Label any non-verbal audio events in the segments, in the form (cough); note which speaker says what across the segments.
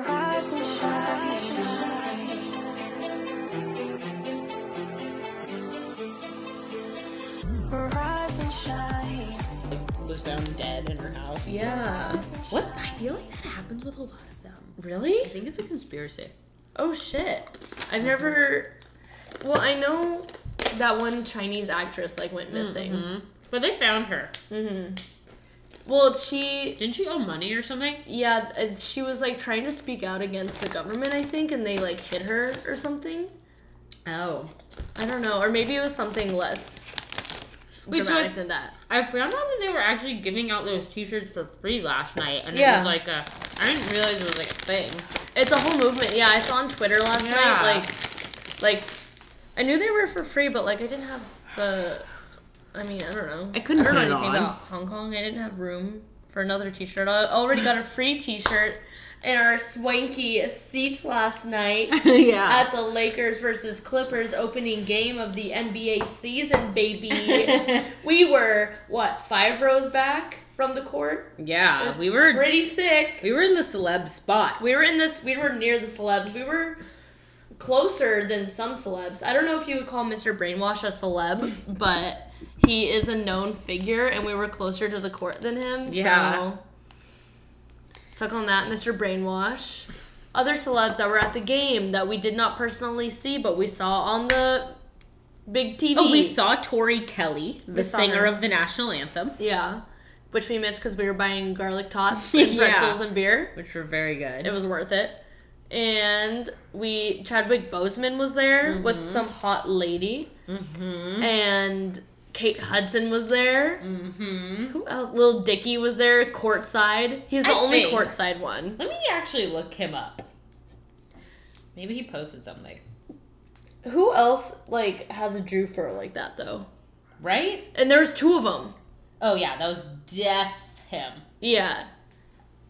Speaker 1: Rise and shine. Rise and shine.
Speaker 2: was found dead in her house.
Speaker 3: Yeah. What?
Speaker 4: I feel like that happens with a lot of them. I
Speaker 3: Really?
Speaker 4: think it's a conspiracy.
Speaker 3: Oh shit. I've never. Well, I know that one Chinese actress like went missing.
Speaker 4: Mm-hmm. But they found her.
Speaker 3: Well, she.
Speaker 4: Didn't she owe money or something?
Speaker 3: Yeah, uh, she was like trying to speak out against the government, I think, and they like hit her or something.
Speaker 4: Oh.
Speaker 3: I don't know, or maybe it was something less
Speaker 4: Wait, so
Speaker 3: dramatic
Speaker 4: I-
Speaker 3: than that.
Speaker 4: I found out that they were actually giving out those t-shirts for free last night and
Speaker 3: Yeah.
Speaker 4: it was like a I didn't realize it was like a thing.
Speaker 3: It's a whole movement. Yeah, I saw on Twitter last
Speaker 4: Yeah.
Speaker 3: night. Like, like I knew they were for free, but like I didn't have the. I mean, I don't know.
Speaker 4: I couldn't
Speaker 3: I don't
Speaker 4: put it
Speaker 3: know anything
Speaker 4: on.
Speaker 3: about Hong Kong. I didn't have room for another T-shirt. I already got a free T-shirt in our swanky seats last night
Speaker 4: (laughs) yeah.
Speaker 3: at the Lakers versus Clippers opening game of the NBA season,
Speaker 4: (laughs)
Speaker 3: baby. we were what five rows back from the court. It
Speaker 4: yeah.
Speaker 3: was
Speaker 4: Uh, We were
Speaker 3: pretty sick.
Speaker 4: we were in the celeb spot.
Speaker 3: We were in this. We were near the celebs. We were closer than some celebs. I don't know if you would call Mr. Brainwash a celeb, but he is a known figure, and we were closer to the court than him.
Speaker 4: Yeah.
Speaker 3: So. Suck on that, Mr. Brainwash. Other celebs that were at the game that we did not personally see, but we saw on the big TV.
Speaker 4: Oh, we saw Tori Kelly, the
Speaker 3: We saw her.
Speaker 4: singer of the national anthem,
Speaker 3: Yeah. Which we missed because we were buying garlic
Speaker 4: (laughs)
Speaker 3: tots and
Speaker 4: Yeah.
Speaker 3: pretzels and beer.
Speaker 4: which were very good.
Speaker 3: It was worth it. And we Chadwick Boseman was there with some hot lady,
Speaker 4: mm-hmm.
Speaker 3: and Kate Hudson was there.
Speaker 4: Mm-hmm.
Speaker 3: Who else? Little Dicky was there courtside. He was the
Speaker 4: I
Speaker 3: only
Speaker 4: think-
Speaker 3: courtside one.
Speaker 4: Let me actually look him up. Maybe he posted something.
Speaker 3: Who else like has a Drew fur like that though?
Speaker 4: Right?
Speaker 3: And there was two of them.
Speaker 4: Oh yeah, that was deaf him.
Speaker 3: Yeah.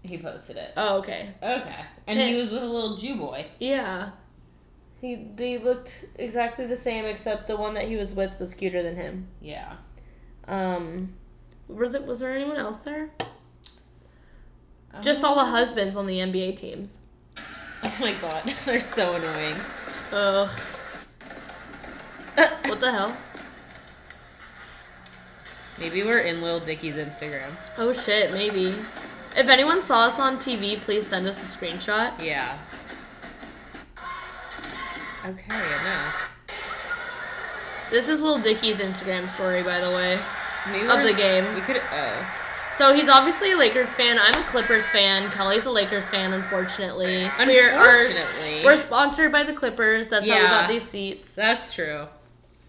Speaker 4: He posted it.
Speaker 3: Oh okay.
Speaker 4: Okay. And he was with a little Jew boy.
Speaker 3: Yeah. He they looked exactly the same except the one that he was with was cuter than him.
Speaker 4: Yeah.
Speaker 3: Um, was it was there anyone else there? Just all the husbands on the NBA teams.
Speaker 4: Oh my god, (laughs) they're
Speaker 3: (laughs)
Speaker 4: so annoying.
Speaker 3: Ugh. What the hell?
Speaker 4: Maybe we're in Lil Dicky's Instagram.
Speaker 3: Oh shit, maybe. If anyone saw us on TV, please send us a screenshot.
Speaker 4: Yeah. Okay, enough.
Speaker 3: This is Lil Dicky's Instagram story, by the way,
Speaker 4: Maybe
Speaker 3: of
Speaker 4: we're-
Speaker 3: the game.
Speaker 4: We could. Oh.
Speaker 3: So he's obviously a Lakers fan. I'm a Clippers fan. Kelly's a Lakers fan, unfortunately. We're, are-
Speaker 4: Unfortunately.
Speaker 3: we're sponsored by the Clippers. That's how we
Speaker 4: Yeah.
Speaker 3: got these seats.
Speaker 4: That's true.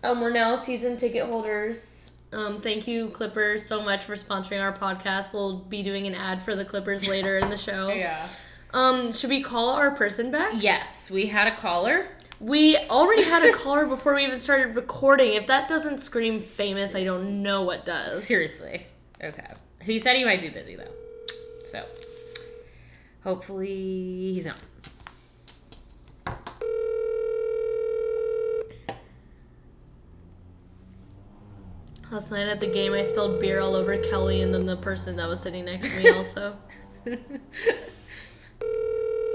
Speaker 3: Um, we're now season ticket holders. Um, thank you, Clippers, so much for sponsoring our podcast. We'll be doing an ad for the Clippers later in the show.
Speaker 4: (laughs) Yeah.
Speaker 3: Um, should we call our person back?
Speaker 4: Yes, we had a caller.
Speaker 3: We already had a
Speaker 4: (laughs)
Speaker 3: caller before we even started recording. If that doesn't scream famous, I don't know what does.
Speaker 4: Seriously. Okay. He said he might be busy though. So. Hopefully he's not.
Speaker 3: Last night at the game, I spilled beer all over Kelly and then the person that was sitting next to me
Speaker 4: (laughs)
Speaker 3: also.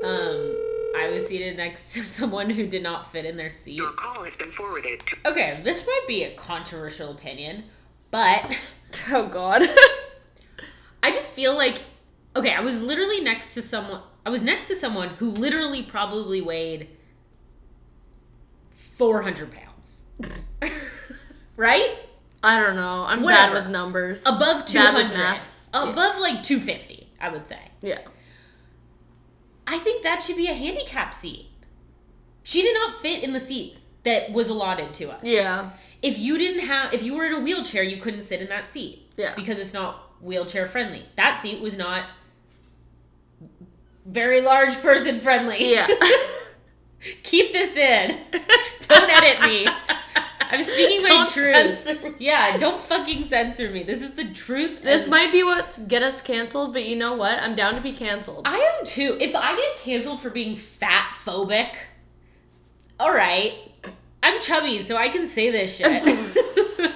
Speaker 4: um, I was seated next to someone who did not fit in their seat.
Speaker 5: Your call has been forwarded. to-
Speaker 4: Okay, this might be a controversial opinion, but
Speaker 3: oh God.
Speaker 4: I just feel like okay, I was literally next to someone I was next to someone who literally probably weighed 400 pounds. (laughs) right?
Speaker 3: I don't know. I'm bad
Speaker 4: Whatever.
Speaker 3: with numbers.
Speaker 4: Above
Speaker 3: Bad with
Speaker 4: 200.
Speaker 3: maths. Yeah.
Speaker 4: Above like 250, I would say.
Speaker 3: yeah.
Speaker 4: I think that should be a handicap seat. She did not fit in the seat that was allotted to us.
Speaker 3: Yeah.
Speaker 4: If you didn't have, if you were in a wheelchair, you couldn't sit in that seat.
Speaker 3: Yeah.
Speaker 4: Because it's not wheelchair friendly. That seat was not very large person friendly.
Speaker 3: Yeah.
Speaker 4: (laughs) Keep
Speaker 3: (laughs)
Speaker 4: this in. Don't edit me. I'm speaking my
Speaker 3: Don't
Speaker 4: truth.
Speaker 3: censor me.
Speaker 4: Yeah, don't fucking censor me. This is the truth.
Speaker 3: This
Speaker 4: and-
Speaker 3: might be what's get us canceled, but you know what? I'm down to be canceled.
Speaker 4: I am too. If I get canceled for being fat phobic, all right. I'm chubby, so I
Speaker 3: (laughs)
Speaker 4: can say this shit.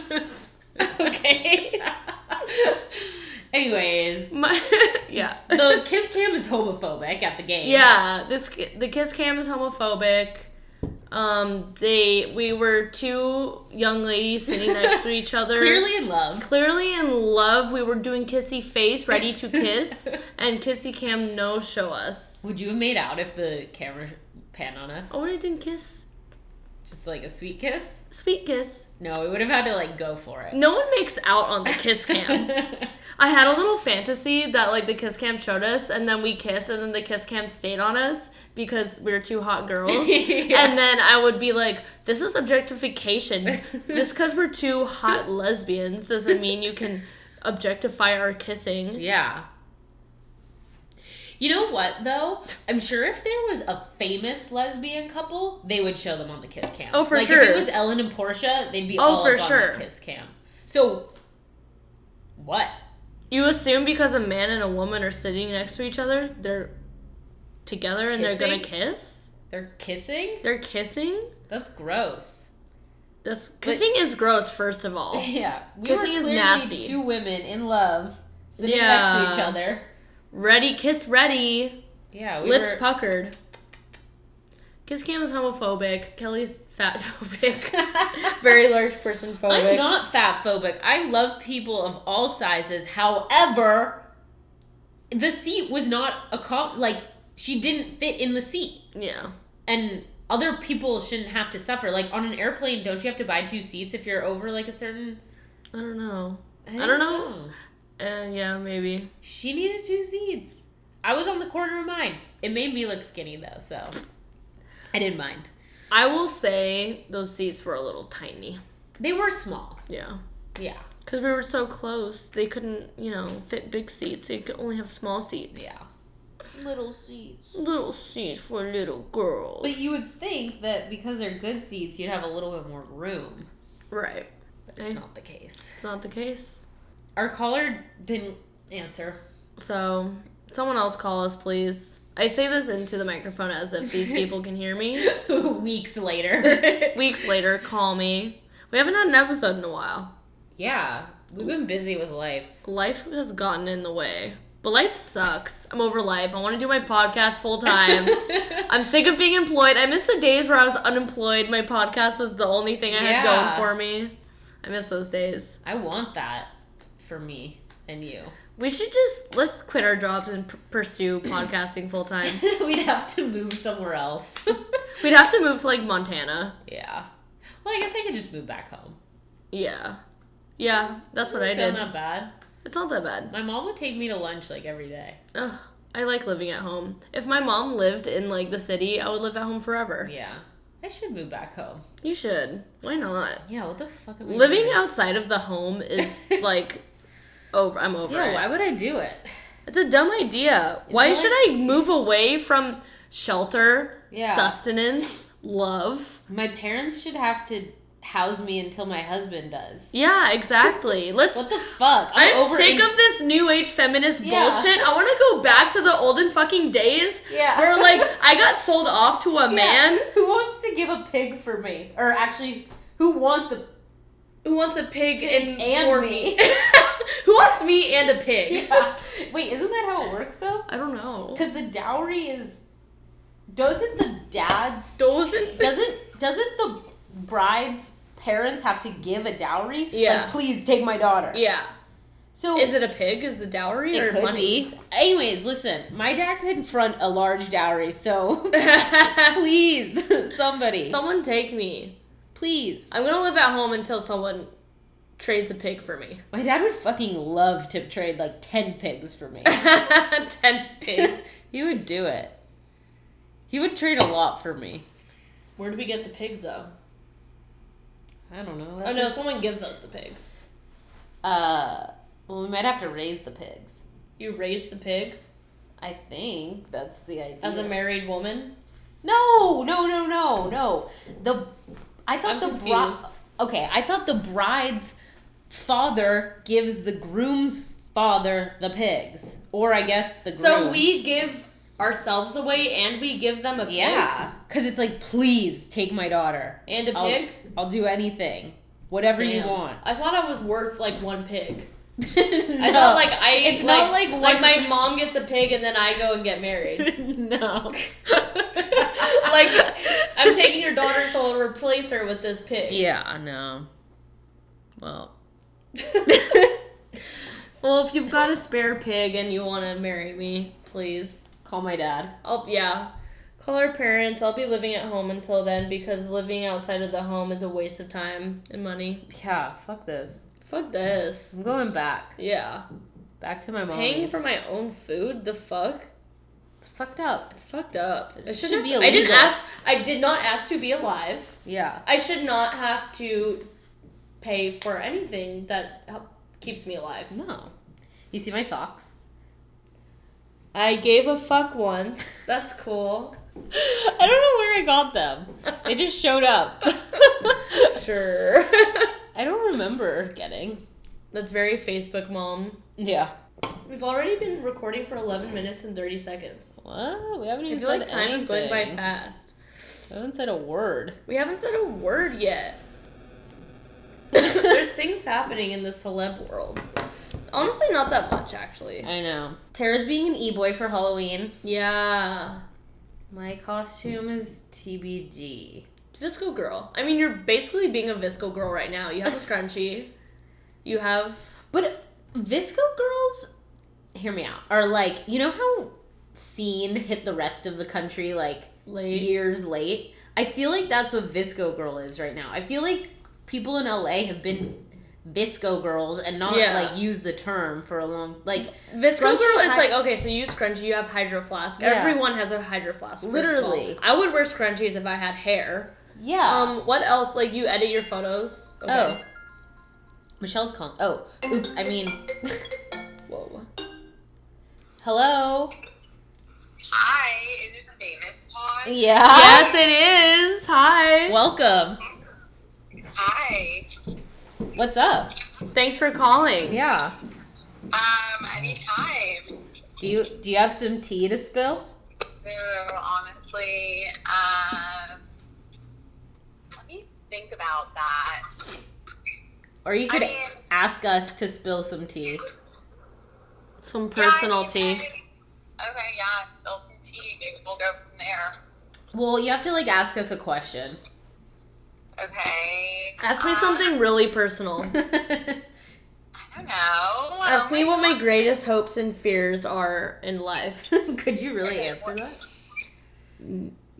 Speaker 4: okay. Anyways,
Speaker 3: My, (laughs) yeah.
Speaker 4: the kiss cam is homophobic at the game.
Speaker 3: Yeah, this the kiss cam is homophobic. Um, they we were two young ladies sitting next to each other.
Speaker 4: Clearly in love.
Speaker 3: Clearly in love, we were doing kissy face, ready to kiss, and kissy cam no show us.
Speaker 4: Would you have made out if the camera pan on us?
Speaker 3: Oh, and it didn't kiss.
Speaker 4: Just like a sweet kiss?
Speaker 3: Sweet kiss.
Speaker 4: No, we would have had to like go for it.
Speaker 3: No one makes out on the kiss cam.
Speaker 4: (laughs)
Speaker 3: I had a little fantasy that like the kiss cam showed us, and then we kissed, and then the kiss cam stayed on us because we were two hot girls.
Speaker 4: Yeah.
Speaker 3: And then I would be like, "This is objectification. Just because we're two hot lesbians doesn't mean you can objectify our kissing."
Speaker 4: yeah. You know what though? I'm sure if there was a famous lesbian couple, they would show them on the kiss cam.
Speaker 3: Oh, for
Speaker 4: like, If
Speaker 3: sure.
Speaker 4: it was Ellen and Portia, they'd be
Speaker 3: Oh,
Speaker 4: all
Speaker 3: for
Speaker 4: up
Speaker 3: sure.
Speaker 4: on the kiss cam. So, what?
Speaker 3: You assume because a man and a woman are sitting next to each other, they're together and they're gonna kiss.
Speaker 4: They're kissing?
Speaker 3: They're kissing.
Speaker 4: That's gross.
Speaker 3: That's kissing is gross. First of all,
Speaker 4: (laughs) Yeah, we
Speaker 3: Kissing is
Speaker 4: clearly
Speaker 3: nasty.
Speaker 4: Two women in love sitting next to
Speaker 3: Yeah.
Speaker 4: each other.
Speaker 3: ready kiss ready.
Speaker 4: Yeah, we
Speaker 3: Lips
Speaker 4: were-
Speaker 3: puckered. Kiss cam is homophobic. Kelly's fat phobic. (laughs) Very large person phobic.
Speaker 4: I'm not fat phobic. I love people of all sizes. However, the seat was not a com- like she didn't fit in the seat,
Speaker 3: yeah.
Speaker 4: and other people shouldn't have to suffer. Like on an airplane, don't you have to buy two seats if you're over like a certain?
Speaker 3: I don't know.
Speaker 4: think
Speaker 3: don't know.
Speaker 4: so.
Speaker 3: Uh, yeah, maybe.
Speaker 4: She needed two seats. I was on the corner of mine. It made me look skinny though, so I didn't mind.
Speaker 3: I will say those seats were a little tiny.
Speaker 4: They were small.
Speaker 3: Yeah.
Speaker 4: Yeah.
Speaker 3: Because we were so close, they couldn't, you know, fit big seats. They could only have small seats.
Speaker 4: Little seats.
Speaker 3: Little seats for little girls.
Speaker 4: But you would think that because they're good seats, you'd have a little bit more room.
Speaker 3: right.
Speaker 4: But it's
Speaker 3: Okay.
Speaker 4: not the case.
Speaker 3: It's not the case.
Speaker 4: Our caller didn't answer.
Speaker 3: So, someone else call us, please. I say this into the microphone as if (laughs) these people can hear me.
Speaker 4: (laughs) Weeks later. (laughs)
Speaker 3: weeks later, call me. We haven't had an episode in a while.
Speaker 4: yeah. We've been busy with life.
Speaker 3: Life has gotten in the way. But life sucks. I'm over life. I want to do my podcast full time. I'm sick of being employed. I miss the days where I was unemployed. My podcast was the only thing I had
Speaker 4: Yeah.
Speaker 3: going for me. I miss those days.
Speaker 4: (laughs) I want that for me and you. (laughs)
Speaker 3: We should just let's quit our jobs and p- pursue podcasting full time.
Speaker 4: We'd have to move somewhere else. (laughs)
Speaker 3: We'd have to move to like Montana.
Speaker 4: yeah. Well, I guess I could just move back home.
Speaker 3: Yeah. Yeah, that's what I
Speaker 4: Still
Speaker 3: did.
Speaker 4: not bad.
Speaker 3: It's not that bad.
Speaker 4: My mom would take me to lunch like every day.
Speaker 3: Ugh, I like living at home. If my mom lived in like the city, I would live at home forever.
Speaker 4: Yeah. I should move back home.
Speaker 3: You should. Why not?
Speaker 4: Yeah, what the fuck am I
Speaker 3: Living
Speaker 4: doing?
Speaker 3: outside of the home
Speaker 4: (laughs)
Speaker 3: is like over. I'm over.
Speaker 4: Yeah,
Speaker 3: it.
Speaker 4: why would I do it? (laughs)
Speaker 3: It's a dumb idea. Why
Speaker 4: like-
Speaker 3: should I move away from shelter,
Speaker 4: Yeah.
Speaker 3: sustenance, love?
Speaker 4: My parents should have to house me until my husband does.
Speaker 3: Yeah,
Speaker 4: (laughs)
Speaker 3: exactly. Let's.
Speaker 4: What the fuck?
Speaker 3: I'm sick
Speaker 4: in-
Speaker 3: of this new age feminist
Speaker 4: Yeah.
Speaker 3: bullshit. I want to go back to the olden fucking days
Speaker 4: Yeah.
Speaker 3: where like
Speaker 4: (laughs)
Speaker 3: I got sold off to a
Speaker 4: Yeah.
Speaker 3: man
Speaker 4: (laughs) Who wants to give a pig for me? Or actually, who wants a
Speaker 3: who wants a pig and,
Speaker 4: And
Speaker 3: for me.
Speaker 4: me.
Speaker 3: (laughs) who wants me and a pig?
Speaker 4: Yeah. (laughs) Wait, isn't that how it works though?
Speaker 3: I don't know.
Speaker 4: Because the dowry is doesn't the dad's
Speaker 3: Doesn't
Speaker 4: doesn't doesn't the bride's parents have to give a dowry?
Speaker 3: Yeah.
Speaker 4: Like, please take my daughter.
Speaker 3: yeah.
Speaker 4: So
Speaker 3: Is it a pig? Is the dowry or
Speaker 4: Oh. It could
Speaker 3: money? (laughs)
Speaker 4: be. Anyways, listen, my dad could front a large dowry, so (laughs) please, (laughs) somebody,
Speaker 3: someone take me.
Speaker 4: please.
Speaker 3: I'm gonna live at home until someone trades a pig for me.
Speaker 4: (laughs)
Speaker 3: (laughs)
Speaker 4: My dad would fucking love to trade like ten pigs
Speaker 3: (laughs)
Speaker 4: for me.
Speaker 3: Ten pigs.
Speaker 4: (laughs) he would do it. He would trade a lot for me.
Speaker 3: Where do we get the pigs though?
Speaker 4: I don't know.
Speaker 3: Oh
Speaker 4: That's
Speaker 3: no,
Speaker 4: his-
Speaker 3: someone gives us the pigs.
Speaker 4: Uh, well, we might have to raise the pigs.
Speaker 3: You raise the pig
Speaker 4: I think that's the idea.
Speaker 3: as a married woman.
Speaker 4: No, no, no, no, no. The I
Speaker 3: I'm
Speaker 4: thought the bride.
Speaker 3: confused.
Speaker 4: Okay, I thought the bride's father gives the groom's father the pigs, or I guess the groom.
Speaker 3: So we give ourselves away and we give them a pig
Speaker 4: yeah, because it's like, please take my daughter.
Speaker 3: and a
Speaker 4: I'll,
Speaker 3: pig.
Speaker 4: I'll do anything, whatever you
Speaker 3: Damn.
Speaker 4: (laughs) want.
Speaker 3: I thought I was worth like one pig. I felt like I.
Speaker 4: It's not like
Speaker 3: like
Speaker 4: one-
Speaker 3: my mom gets a pig and then I go and get married. (laughs)
Speaker 4: (laughs) no.
Speaker 3: like I'm
Speaker 4: (laughs)
Speaker 3: taking your daughter, so I'll replace her with this pig.
Speaker 4: Yeah, no. Well,
Speaker 3: (laughs) Well, if you've got a spare pig and you want to marry me, please.
Speaker 4: call my dad.
Speaker 3: I'll yeah. Call our parents. I'll be living at home until then because living outside of the home is a waste of time and money.
Speaker 4: Yeah, fuck this.
Speaker 3: Fuck this.
Speaker 4: I'm going back.
Speaker 3: Yeah.
Speaker 4: Back to my mom.
Speaker 3: Paying for my own food? The fuck?
Speaker 4: It's fucked up.
Speaker 3: It's fucked up.
Speaker 4: It
Speaker 3: I
Speaker 4: should
Speaker 3: shouldn't
Speaker 4: be
Speaker 3: have- I didn't
Speaker 4: illegal.
Speaker 3: ask. I did not ask to be alive.
Speaker 4: Yeah.
Speaker 3: I should not have to pay for anything that help- keeps me alive.
Speaker 4: No. You see my socks?
Speaker 3: I gave a fuck once. (laughs) That's cool.
Speaker 4: (laughs) I don't know where I got them.
Speaker 3: (laughs)
Speaker 4: They just showed (laughs) up.
Speaker 3: Sure.
Speaker 4: I don't remember getting.
Speaker 3: That's very Facebook mom.
Speaker 4: Yeah.
Speaker 3: We've already been recording for 11 minutes and 30 seconds.
Speaker 4: What? We haven't
Speaker 3: I
Speaker 4: even
Speaker 3: feel
Speaker 4: said
Speaker 3: like time is going by fast.
Speaker 4: I haven't said a (laughs) word.
Speaker 3: We haven't said a word (laughs) yet. There's things happening in the celeb world. Honestly, not that much, actually.
Speaker 4: I know. Tara's being an e-boy for Halloween.
Speaker 3: Yeah.
Speaker 4: My costume is TBD.
Speaker 3: Visco girl. I mean, you're basically being a Visco girl right now. You have a scrunchie. You have.
Speaker 4: But Visco girls, hear me out, are like, you know how scene hit the rest of the country like
Speaker 3: Late.
Speaker 4: years late? I feel like that's what Visco girl is right now. I feel like people in LA have been Visco girls and not
Speaker 3: Yeah.
Speaker 4: like use the term for a long like
Speaker 3: Visco
Speaker 4: scrunchy
Speaker 3: girl is
Speaker 4: hi-
Speaker 3: like, okay, so you scrunchie, you have hydro flask.
Speaker 4: Yeah.
Speaker 3: Everyone has a hydro flask. first of all.
Speaker 4: Literally.
Speaker 3: I would wear scrunchies if I had hair.
Speaker 4: yeah.
Speaker 3: Um, what else? Like, you edit your photos.
Speaker 4: Oh. Michelle's calling. Oh, oops. I mean, (laughs)
Speaker 3: Whoa.
Speaker 4: hello.
Speaker 5: Hi, is it the famous pod?
Speaker 4: Yeah.
Speaker 3: Yes, it is. Hi.
Speaker 4: Welcome.
Speaker 5: Hi.
Speaker 4: What's up?
Speaker 3: Thanks for calling.
Speaker 4: Yeah.
Speaker 5: Um, anytime.
Speaker 4: Do you do you have some tea to spill?
Speaker 5: So honestly, um, let me think about that.
Speaker 4: Or you
Speaker 5: I
Speaker 4: could
Speaker 5: mean-
Speaker 4: ask us to spill some tea.
Speaker 3: Some
Speaker 5: Yeah, I
Speaker 3: personal
Speaker 5: mean,
Speaker 3: tea.
Speaker 5: I- Okay, yeah, spill some tea. Maybe we'll go from there.
Speaker 4: Well, you have to like ask us a (laughs) question.
Speaker 5: Okay.
Speaker 3: Ask me
Speaker 5: um,
Speaker 3: something really
Speaker 4: (laughs)
Speaker 3: personal.
Speaker 5: I don't know.
Speaker 3: Ask
Speaker 5: Oh
Speaker 3: me what my
Speaker 5: God.
Speaker 3: greatest hopes and fears are in life.
Speaker 4: could you really answer that?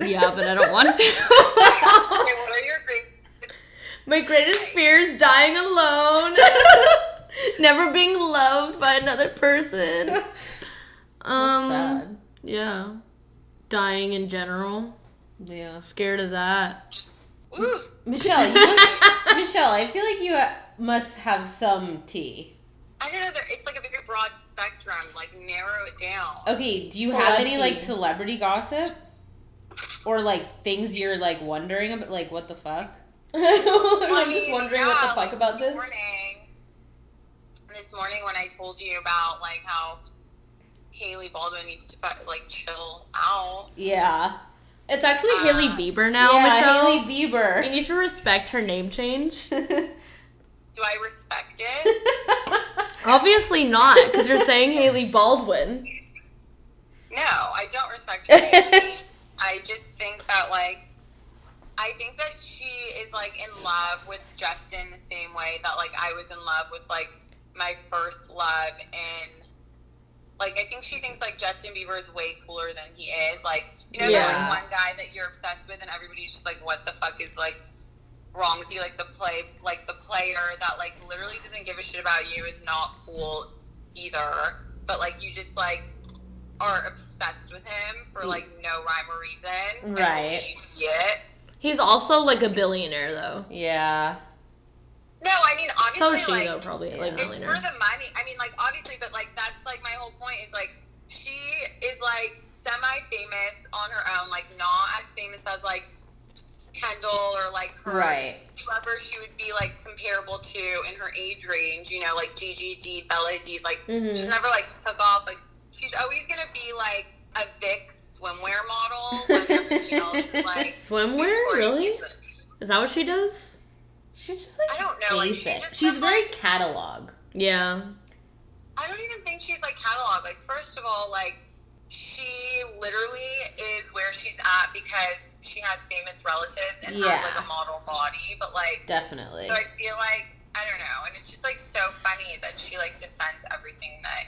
Speaker 3: Yeah, but I don't want to.
Speaker 5: Okay, what are your great?
Speaker 3: (laughs) My greatest fear is dying alone. (laughs) Never being loved by another person.
Speaker 4: (laughs)
Speaker 3: Um
Speaker 4: Sad.
Speaker 3: yeah. Dying in general.
Speaker 4: Yeah.
Speaker 3: Scared of
Speaker 4: (laughs)
Speaker 3: that.
Speaker 5: Ooh,
Speaker 4: Michelle, you (laughs) must, Michelle, I feel like you uh, must have some tea.
Speaker 5: I don't know. there- It's like a very broad spectrum. Like narrow it down.
Speaker 4: Okay, do you have any like
Speaker 3: Celebrity.
Speaker 4: celebrity gossip? Or like things you're like wondering about like what the
Speaker 5: (laughs)
Speaker 4: fuck?
Speaker 3: I'm
Speaker 5: I
Speaker 3: just
Speaker 5: mean,
Speaker 3: wondering what
Speaker 5: yeah,
Speaker 3: the fuck
Speaker 5: like,
Speaker 3: about this.
Speaker 5: Morning, this morning when I told you about like how Haley Baldwin needs to fu- like chill out.
Speaker 4: Yeah.
Speaker 3: It's actually Haley
Speaker 5: Uh,
Speaker 3: Bieber now,
Speaker 4: Ah, yeah,
Speaker 3: Michelle.
Speaker 4: Hailey
Speaker 3: You
Speaker 4: Bieber.
Speaker 3: need to respect her name change.
Speaker 4: (laughs)
Speaker 5: Do I respect it?
Speaker 3: Obviously not, because you're saying Haley Baldwin.
Speaker 5: no, I don't respect her. name change. I just think that like. I think that she is like in love with Justin the same way that like I was in love with like my first love in like I think she thinks like Justin Bieber is way cooler than he is. Like you know that,
Speaker 4: Yeah.
Speaker 5: like one guy that you're obsessed with and everybody's just like what the fuck is like wrong with you like the play like the player that like literally doesn't give a shit about you is not cool either. But like you just like are obsessed with him for like no rhyme or reason.
Speaker 4: Right.
Speaker 5: Yeah.
Speaker 3: He's also like a billionaire though.
Speaker 4: yeah.
Speaker 5: No, I mean
Speaker 3: So
Speaker 5: obviously
Speaker 3: is she
Speaker 5: like
Speaker 3: though, probably
Speaker 4: yeah.
Speaker 3: like
Speaker 5: it's for
Speaker 3: millionaire.
Speaker 5: the money. I mean like obviously, but like that's like my whole point is like she is like semi famous on her own, like not as famous as like Kendall or like her
Speaker 4: Right.
Speaker 5: whoever she would be like comparable to in her age range, you know, like Gigi D, Bella D, like
Speaker 3: Mhm.
Speaker 4: Mm.
Speaker 5: she's never like took off. Like she's always gonna be like a Vicks swimwear model when everybody else is
Speaker 4: (laughs)
Speaker 5: like
Speaker 3: Swimwear,
Speaker 5: Victoria's
Speaker 3: really?
Speaker 5: Secret.
Speaker 3: Is that what she does?
Speaker 4: She's just like
Speaker 5: I don't know, like, she
Speaker 4: basic.
Speaker 5: just
Speaker 4: She's
Speaker 5: has,
Speaker 4: very
Speaker 5: like-
Speaker 4: catalog.
Speaker 3: Yeah.
Speaker 5: I don't even think she's like catalog. Like, first of all, like she literally is where she's at because she has famous relatives and
Speaker 4: Yeah.
Speaker 5: has like a model body. But like,
Speaker 4: Definitely.
Speaker 5: so I feel like I don't know, and it's just like so funny that she like defends everything that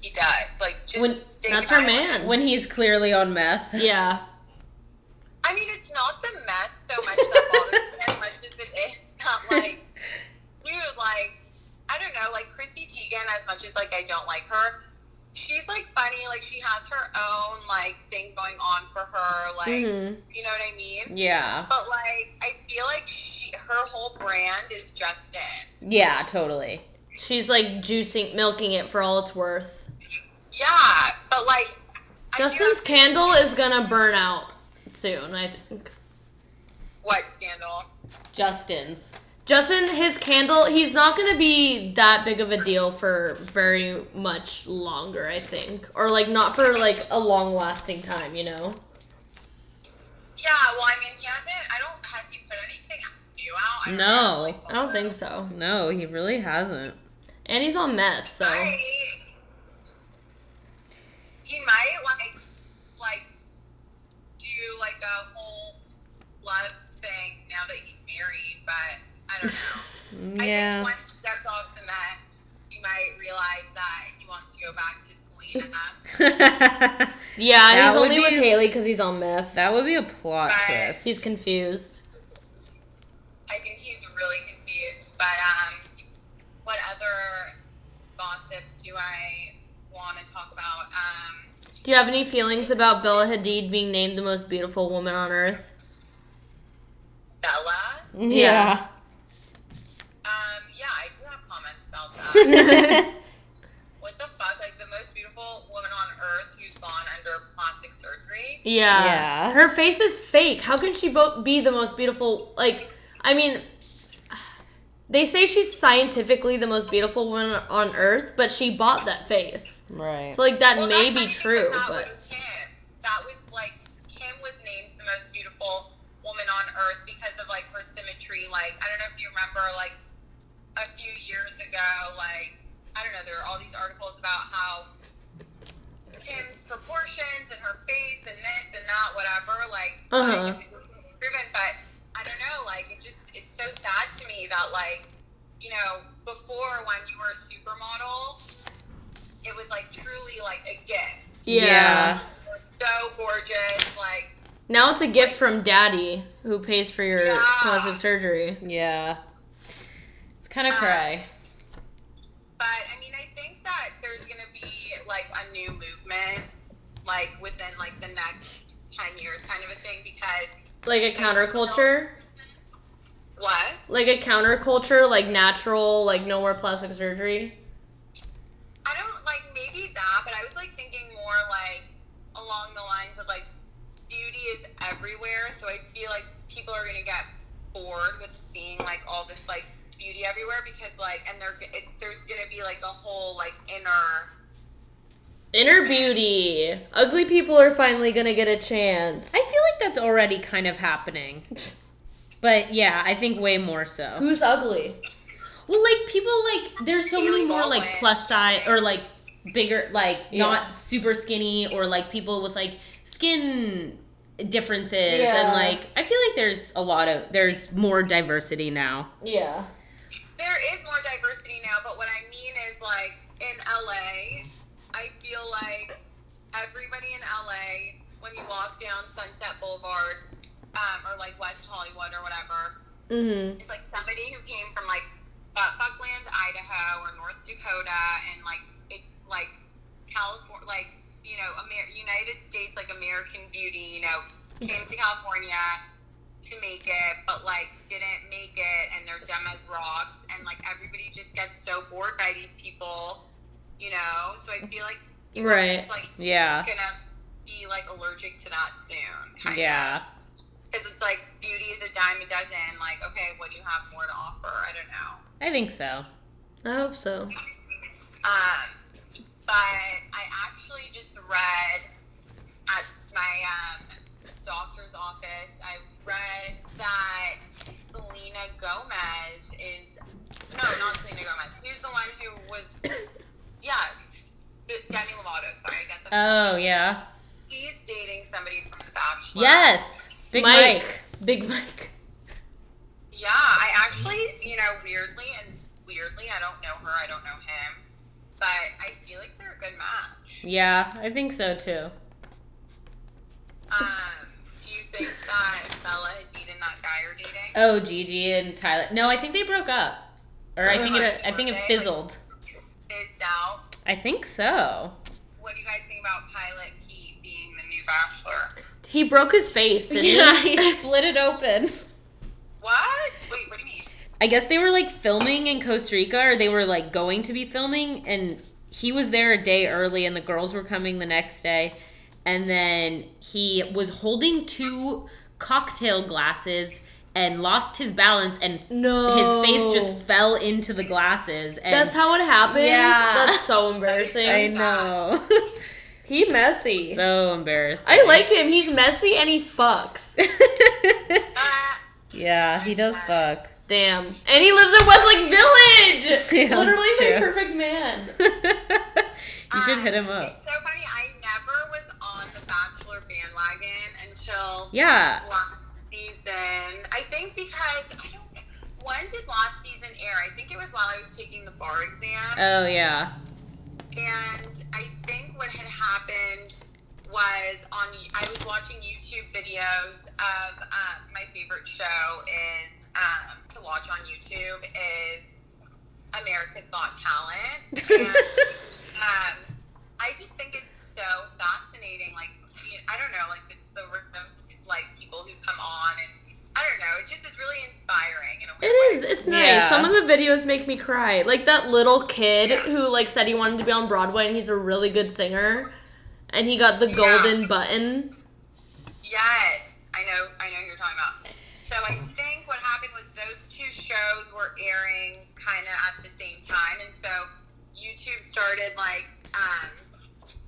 Speaker 5: he does. Like, just
Speaker 4: When-
Speaker 5: stay
Speaker 3: That's her
Speaker 5: silent.
Speaker 3: man.
Speaker 4: When he's clearly on meth.
Speaker 3: yeah.
Speaker 5: I mean, it's not the meth so much that bothers me as much as it is (laughs) not like, dude, like, I don't know, like Chrissy Teigen. As much as like I don't like her, she's like funny. Like she has her own like thing going on for her. (laughs) Like,
Speaker 3: Mhm.
Speaker 5: you know what I mean?
Speaker 4: Yeah.
Speaker 5: But like, I feel like she, her whole brand is Justin.
Speaker 4: Yeah, totally.
Speaker 3: She's like juicing, milking it for all it's worth.
Speaker 5: Yeah, but like, I do
Speaker 3: Justin's
Speaker 5: have to-
Speaker 3: candle is gonna burn out soon, I think.
Speaker 5: What scandal?
Speaker 4: Justin's.
Speaker 3: Justin, his candle, he's not gonna be that big of a deal for very much longer, I think. Or like not for like a long lasting time, you know?
Speaker 5: Yeah, well, I mean, he hasn't. I don't. Has he put anything new out? I don't know,
Speaker 4: No.
Speaker 5: like,
Speaker 3: I don't think so.
Speaker 4: No, he really hasn't.
Speaker 3: And he's on meth, so
Speaker 5: might- he might like like do like a whole love thing now that he's married, but I
Speaker 3: (laughs)
Speaker 5: don't know. I
Speaker 4: Yeah.
Speaker 5: think once he steps off the mat, he might realize that he wants to go back to Selena.
Speaker 4: (laughs) that
Speaker 3: yeah,
Speaker 4: That
Speaker 3: he's
Speaker 4: would
Speaker 3: only
Speaker 4: be-
Speaker 3: with Haley because he's on meth.
Speaker 4: would be a plot twist.
Speaker 3: He's confused.
Speaker 5: I think he's really confused. But um, what other gossip do I want to talk about? Um,
Speaker 3: Do you have any feelings about Bella Hadid being named the most beautiful woman on earth?
Speaker 5: Bella.
Speaker 4: yeah.
Speaker 5: Um, yeah, I do have comments about that. (laughs) what the fuck? Like the most beautiful woman on earth who's gone under plastic surgery.
Speaker 3: Yeah.
Speaker 4: Yeah.
Speaker 3: Her face is fake. How can she bo- be the most beautiful? Like, I mean, they say she's scientifically the most beautiful woman on earth, but she bought that face.
Speaker 4: (laughs) right.
Speaker 3: So, like, that
Speaker 5: Well,
Speaker 3: may
Speaker 5: that's
Speaker 3: be
Speaker 5: not even
Speaker 3: true,
Speaker 5: that
Speaker 3: but.
Speaker 5: was Kim. That was like Kim was named the most beautiful woman on earth because of like her symmetry. Like I don't know if you remember, like a few years ago, like I don't know, there were all these articles about how Kim's proportions and her face and this and that, whatever, like
Speaker 3: Uh-huh.
Speaker 5: like, it's proven. But I don't know, like it just it's so sad to me that like you know before when you were a supermodel, it was like truly like a gift.
Speaker 3: Yeah.
Speaker 4: Yeah.
Speaker 5: You were so gorgeous, like
Speaker 3: Now it's a gift from daddy who pays for your
Speaker 5: Yeah.
Speaker 3: plastic surgery.
Speaker 4: Yeah. It's kind
Speaker 3: Uh,
Speaker 4: of cry.
Speaker 5: But I mean, I think that there's gonna be like a new movement, like within like the next ten years, kind of a thing. Because
Speaker 3: Like a counterculture.
Speaker 5: what?
Speaker 3: Like a counterculture, like natural, like no more plastic surgery.
Speaker 5: I don't like maybe that, but I was like thinking more like along the lines of like beauty is everywhere, so I feel like people are gonna get bored with seeing like all this like beauty everywhere because like and there it, there's gonna be like a whole like inner
Speaker 3: Inner beauty. Ugly people are finally gonna get a chance.
Speaker 4: I feel like that's already kind of happening. But yeah, I think way more so.
Speaker 3: Who's ugly?
Speaker 4: Well, like people like there's so many more like plus size or like bigger like
Speaker 3: Yeah.
Speaker 4: not super skinny or like people with like skin differences
Speaker 3: Yeah.
Speaker 4: and like I feel like there's a lot of there's more diversity now.
Speaker 3: Yeah.
Speaker 5: There is more diversity now, but what I mean is like in LA, I feel like everybody in LA, when you walk down Sunset Boulevard um, or like West Hollywood or whatever,
Speaker 3: Mm-hmm.
Speaker 5: it's like somebody who came from like uh, Buckland, Idaho, or North Dakota, and like it's like California, like you know, Amer- United States, like American Beauty, you know, came to California to make it, but like didn't make it, and they're dumb as rocks, and like everybody just gets so bored by these people, you know. So I feel like people are
Speaker 3: Right.
Speaker 5: just like
Speaker 4: Yeah.
Speaker 5: gonna be like allergic to that soon. kind of.
Speaker 4: Yeah.
Speaker 5: Because it's like beauty is a dime a dozen. Like, okay, what do you have more to offer? I don't know.
Speaker 4: I think so.
Speaker 3: I hope so.
Speaker 5: Um, but I actually just read at my um, doctor's office. I read that Selena Gomez is no, not Selena Gomez. Who's the one who was (coughs) Yes. Demi Lovato, sorry. That's the,
Speaker 4: Oh yeah.
Speaker 5: he's dating somebody from The Bachelor.
Speaker 4: Yes. Big Mike.
Speaker 3: Mike. Big Mike.
Speaker 5: Yeah, I actually, you know, weirdly and weirdly, I don't know her, I don't know him, but I feel like they're a good match.
Speaker 4: Yeah, I think so too.
Speaker 5: Um, do you think that Bella Hadid and that guy are dating?
Speaker 4: Oh, Gigi and Tyler. No, I think they broke up. Or I think it, I think it
Speaker 5: Okay.
Speaker 4: fizzled.
Speaker 5: Fizzed out.
Speaker 4: I think so.
Speaker 5: What do you guys think about Pilot Pete being the new Bachelor?
Speaker 3: He broke his face. Didn't
Speaker 4: (laughs) Yeah,
Speaker 3: he?
Speaker 4: he split it open.
Speaker 5: What? Wait, what do you mean?
Speaker 4: I guess they were like filming in Costa Rica, or they were like going to be filming, and he was there a day early, and the girls were coming the next day. And then he was holding two cocktail glasses and lost his balance, and
Speaker 3: (laughs) no.
Speaker 4: his face just fell into the glasses. And
Speaker 3: That's how it happened.
Speaker 4: Yeah.
Speaker 3: That's
Speaker 4: (laughs)
Speaker 3: so embarrassing.
Speaker 4: I know. (laughs)
Speaker 3: He messy.
Speaker 4: so embarrassing.
Speaker 3: I like him. He's messy and he fucks.
Speaker 5: Uh,
Speaker 4: (laughs) yeah, he does fuck. (laughs)
Speaker 3: Damn. And he lives in Westlake Village.
Speaker 4: Yeah,
Speaker 3: Literally
Speaker 4: that's
Speaker 3: my
Speaker 4: true.
Speaker 3: perfect
Speaker 4: (laughs)
Speaker 3: man.
Speaker 4: you should hit him
Speaker 5: um,
Speaker 4: up.
Speaker 5: It's so funny. I never was on the Bachelor bandwagon until
Speaker 4: Yeah.
Speaker 5: last season. I think because I don't. When did last season air? I think it was while I was taking the bar exam,
Speaker 4: Oh yeah.
Speaker 5: and I think what had happened was on. I was watching YouTube videos of uh, my favorite show is um, to watch on YouTube is America's
Speaker 3: (laughs)
Speaker 5: Got Talent. And, um, I just think it's so fascinating. Like, you- I don't know, like the, the rhythm, like people who come on, and I don't know. It just is really inspiring in a
Speaker 3: It
Speaker 5: weird way.
Speaker 3: is. It's nice.
Speaker 4: Yeah.
Speaker 3: Some of the videos make me cry. Like that little kid who like said he wanted to be on Broadway and he's a really good singer and he got the
Speaker 5: Yeah.
Speaker 3: golden button.
Speaker 5: Yes, I know. I know who you're talking about. So I think what happened was those two shows were airing kind of at the same time, and so YouTube started like um,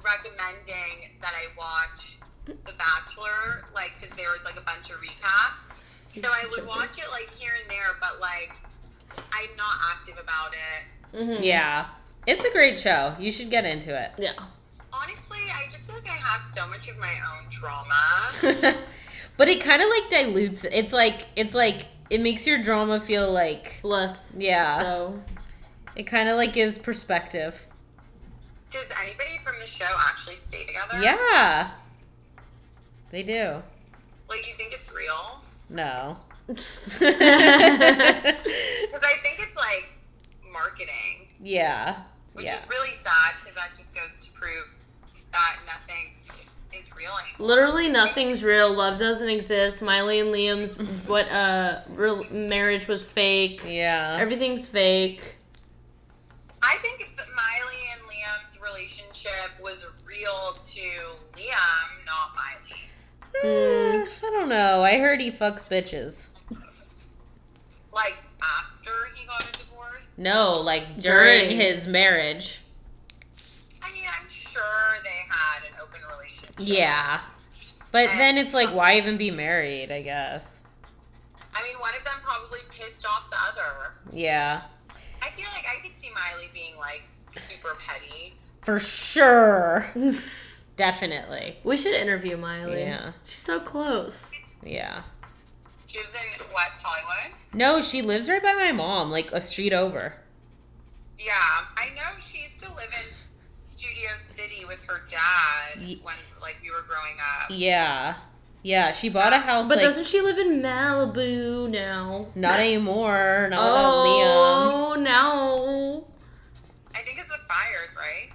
Speaker 5: recommending that I watch The Bachelor, like because there was like a bunch of recaps. So I would watch it like here and there, but like I'm not active about it.
Speaker 4: Mm-hmm.
Speaker 3: Mhm.
Speaker 4: Yeah. It's a great show. You should get into it. (laughs)
Speaker 3: Yeah.
Speaker 5: Honestly, I just feel like I have so much of my own drama.
Speaker 4: (laughs) but it kind of like dilutes. it. It's like it's like it makes your drama feel like
Speaker 3: Less.
Speaker 4: Yeah. (laughs)
Speaker 3: So (laughs)
Speaker 4: it kind of like gives perspective.
Speaker 5: Does anybody from the show actually stay together?
Speaker 4: Yeah. They do.
Speaker 5: Like, you think it's real?
Speaker 4: No. (laughs)
Speaker 5: Because I think it's like marketing,
Speaker 4: yeah.
Speaker 5: which
Speaker 4: Yeah.
Speaker 5: is really sad because that just goes to prove that nothing is real anymore.
Speaker 3: Literally nothing's real. Love doesn't exist. Miley and Liam's what uh real marriage was fake.
Speaker 4: Yeah.
Speaker 3: Everything's
Speaker 4: (laughs)
Speaker 3: fake.
Speaker 5: I think if that Miley and Liam's relationship was real to Liam, not Miley.
Speaker 4: Eh, I don't know. I heard he fucks bitches.
Speaker 5: Like, after he got a divorce,
Speaker 4: No, like during,
Speaker 3: During.
Speaker 4: his marriage.
Speaker 5: I mean, I'm sure they had an open relationship.
Speaker 4: Yeah. But then it's like, why even be married, I guess?
Speaker 5: I mean, one of them probably pissed off the other.
Speaker 4: Yeah.
Speaker 5: I feel like I could see Miley being like super petty.
Speaker 4: For sure.
Speaker 3: we
Speaker 4: Definitely.
Speaker 3: should interview Miley.
Speaker 4: Yeah.
Speaker 3: She's so close.
Speaker 4: Yeah.
Speaker 5: She was in West Hollywood.
Speaker 4: No, she lives right by my mom, like a street over.
Speaker 5: Yeah, I know she used to live in Studio City with her dad
Speaker 4: Ye-
Speaker 5: when like we were growing up.
Speaker 4: Yeah. Yeah, she bought a house
Speaker 3: Uh, But
Speaker 4: like
Speaker 3: doesn't she live in Malibu now?
Speaker 4: not anymore. Not without Liam.
Speaker 3: oh no.
Speaker 5: I think it's the fires, right?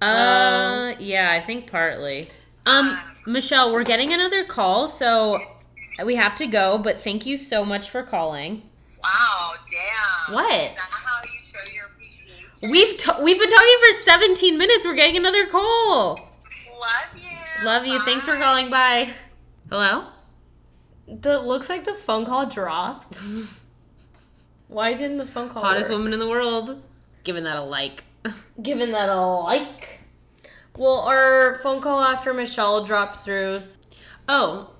Speaker 3: Oh.
Speaker 4: Uh, yeah, I think partly. Um, Michelle, we're getting another call, so we have to go. But thank you so much for calling.
Speaker 5: Wow, damn.
Speaker 3: What?
Speaker 5: Is that how you show your appreciation?
Speaker 4: We've t- we've been talking for 17 minutes. We're getting another call.
Speaker 5: Love you.
Speaker 4: Love you. Thanks for
Speaker 5: Bye.
Speaker 4: calling. Bye. Hello.
Speaker 3: The looks like the phone call dropped. Why didn't the phone call?
Speaker 4: Hottest
Speaker 3: work?
Speaker 4: woman in the world. Giving that a like. (laughs)
Speaker 3: Giving that a like. Well, our phone call after Michelle dropped through
Speaker 4: Oh,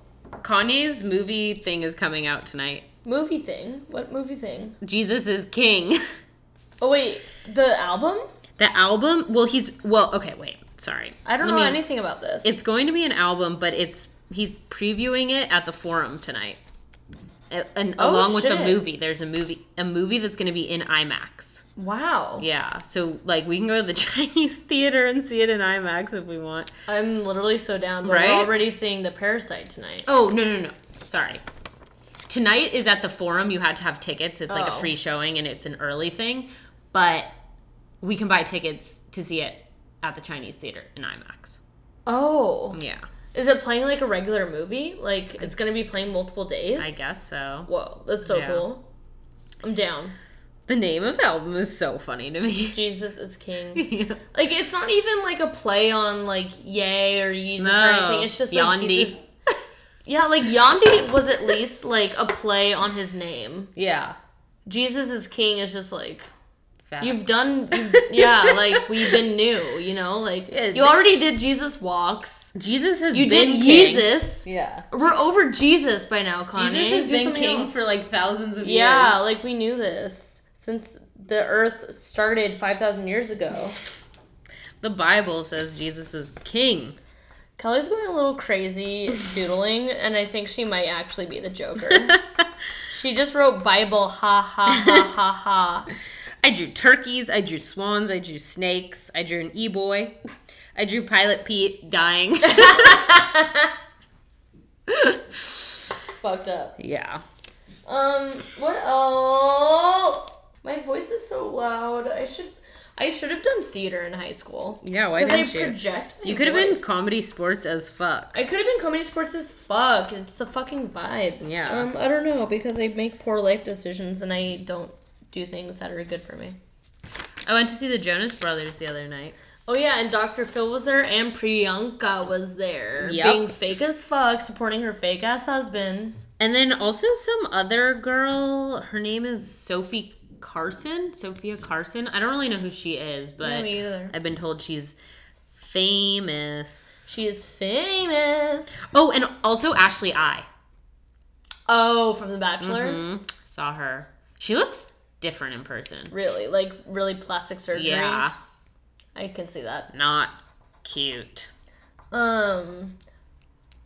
Speaker 4: Kanye's movie thing is coming out tonight.
Speaker 3: movie thing. What movie thing?
Speaker 4: Jesus is King. (laughs)
Speaker 3: Oh wait, the album?
Speaker 4: The album, well, he's, well, okay, wait, sorry.
Speaker 3: I don't
Speaker 4: Let
Speaker 3: know
Speaker 4: me-
Speaker 3: anything about this.
Speaker 4: It's going to be an album, but it's, he's previewing it at the forum tonight. A- And
Speaker 3: Oh,
Speaker 4: along with the
Speaker 3: shit.
Speaker 4: movie, there's a movie, a movie that's going to be in IMAX.
Speaker 3: wow.
Speaker 4: Yeah, so like we can go to the (laughs) Chinese theater and see it in IMAX if we want.
Speaker 3: I'm literally so down. But
Speaker 4: Right?
Speaker 3: We're already seeing the Parasite tonight.
Speaker 4: Oh no no no! Sorry. Tonight is at the Forum. You had to have tickets. It's like a
Speaker 3: Oh.
Speaker 4: free showing and it's an early thing, but we can buy tickets to see it at the Chinese theater in IMAX.
Speaker 3: Oh.
Speaker 4: Yeah,
Speaker 3: Is it playing like a regular movie? Like it's gonna be playing multiple days?
Speaker 4: I guess so.
Speaker 3: Whoa, that's so
Speaker 4: Yeah.
Speaker 3: cool. I'm down.
Speaker 4: The name of the album is so funny to me. (laughs)
Speaker 3: Jesus is king. (laughs)
Speaker 4: yeah.
Speaker 3: Like it's not even like a play on like yay or Jesus or
Speaker 4: No,
Speaker 3: anything. It's just like
Speaker 4: Yandi.
Speaker 3: Jesus. (laughs) Yeah, like Yandi was at least like a play on his name.
Speaker 4: yeah.
Speaker 3: Jesus is king is just like
Speaker 4: Facts.
Speaker 3: You've done,
Speaker 4: (laughs)
Speaker 3: you've- yeah. Like we've been new, you know. Like
Speaker 4: Yeah,
Speaker 3: you already did Jesus walks.
Speaker 4: Jesus has
Speaker 3: You
Speaker 4: been
Speaker 3: did
Speaker 4: king.
Speaker 3: Jesus.
Speaker 4: Yeah.
Speaker 3: We're over Jesus by now, Kanye.
Speaker 4: Jesus has
Speaker 3: Do
Speaker 4: been
Speaker 3: something
Speaker 4: king
Speaker 3: else.
Speaker 4: for like thousands of years.
Speaker 3: Yeah, like we knew this since the Earth started five thousand years ago.
Speaker 4: The Bible says Jesus is king. (laughs)
Speaker 3: Kelly's going a little crazy doodling, and I think she might actually be the
Speaker 4: (laughs)
Speaker 3: Joker. she just wrote Bible, ha ha ha ha ha.
Speaker 4: I drew turkeys, I drew swans, I drew snakes, I drew an e boy, I drew Pilot
Speaker 3: (laughs)
Speaker 4: Pete dying. (laughs)
Speaker 3: It's fucked up.
Speaker 4: yeah.
Speaker 3: Um, what else? My voice is so loud. I should, I should have done theater in high school.
Speaker 4: Yeah, why
Speaker 3: Because I
Speaker 4: didn't you?
Speaker 3: project. my
Speaker 4: you could have been
Speaker 3: voice.
Speaker 4: comedy sports as fuck.
Speaker 3: I could have been comedy sports as fuck. It's the fucking vibes.
Speaker 4: Yeah.
Speaker 3: Um, I don't know because I make poor life decisions and I don't do things that are good for me.
Speaker 4: I went to see the Jonas Brothers the other night.
Speaker 3: Oh yeah, and Dr. Phil was there and Priyanka was there,
Speaker 4: Yep.
Speaker 3: being fake as fuck, supporting her fake ass husband.
Speaker 4: And then also some other girl, her name is Sophie Carson. Sophia Carson. I don't really know who she is,
Speaker 3: No,
Speaker 4: but
Speaker 3: me either.
Speaker 4: I've been told she's famous.
Speaker 3: She is famous.
Speaker 4: Oh, and also Ashley I.
Speaker 3: Oh, from The Bachelor.
Speaker 4: Mm-hmm. Saw her. She looks different in person.
Speaker 3: Really, like really plastic surgery.
Speaker 4: Yeah.
Speaker 3: I can see that.
Speaker 4: Not cute.
Speaker 3: Um.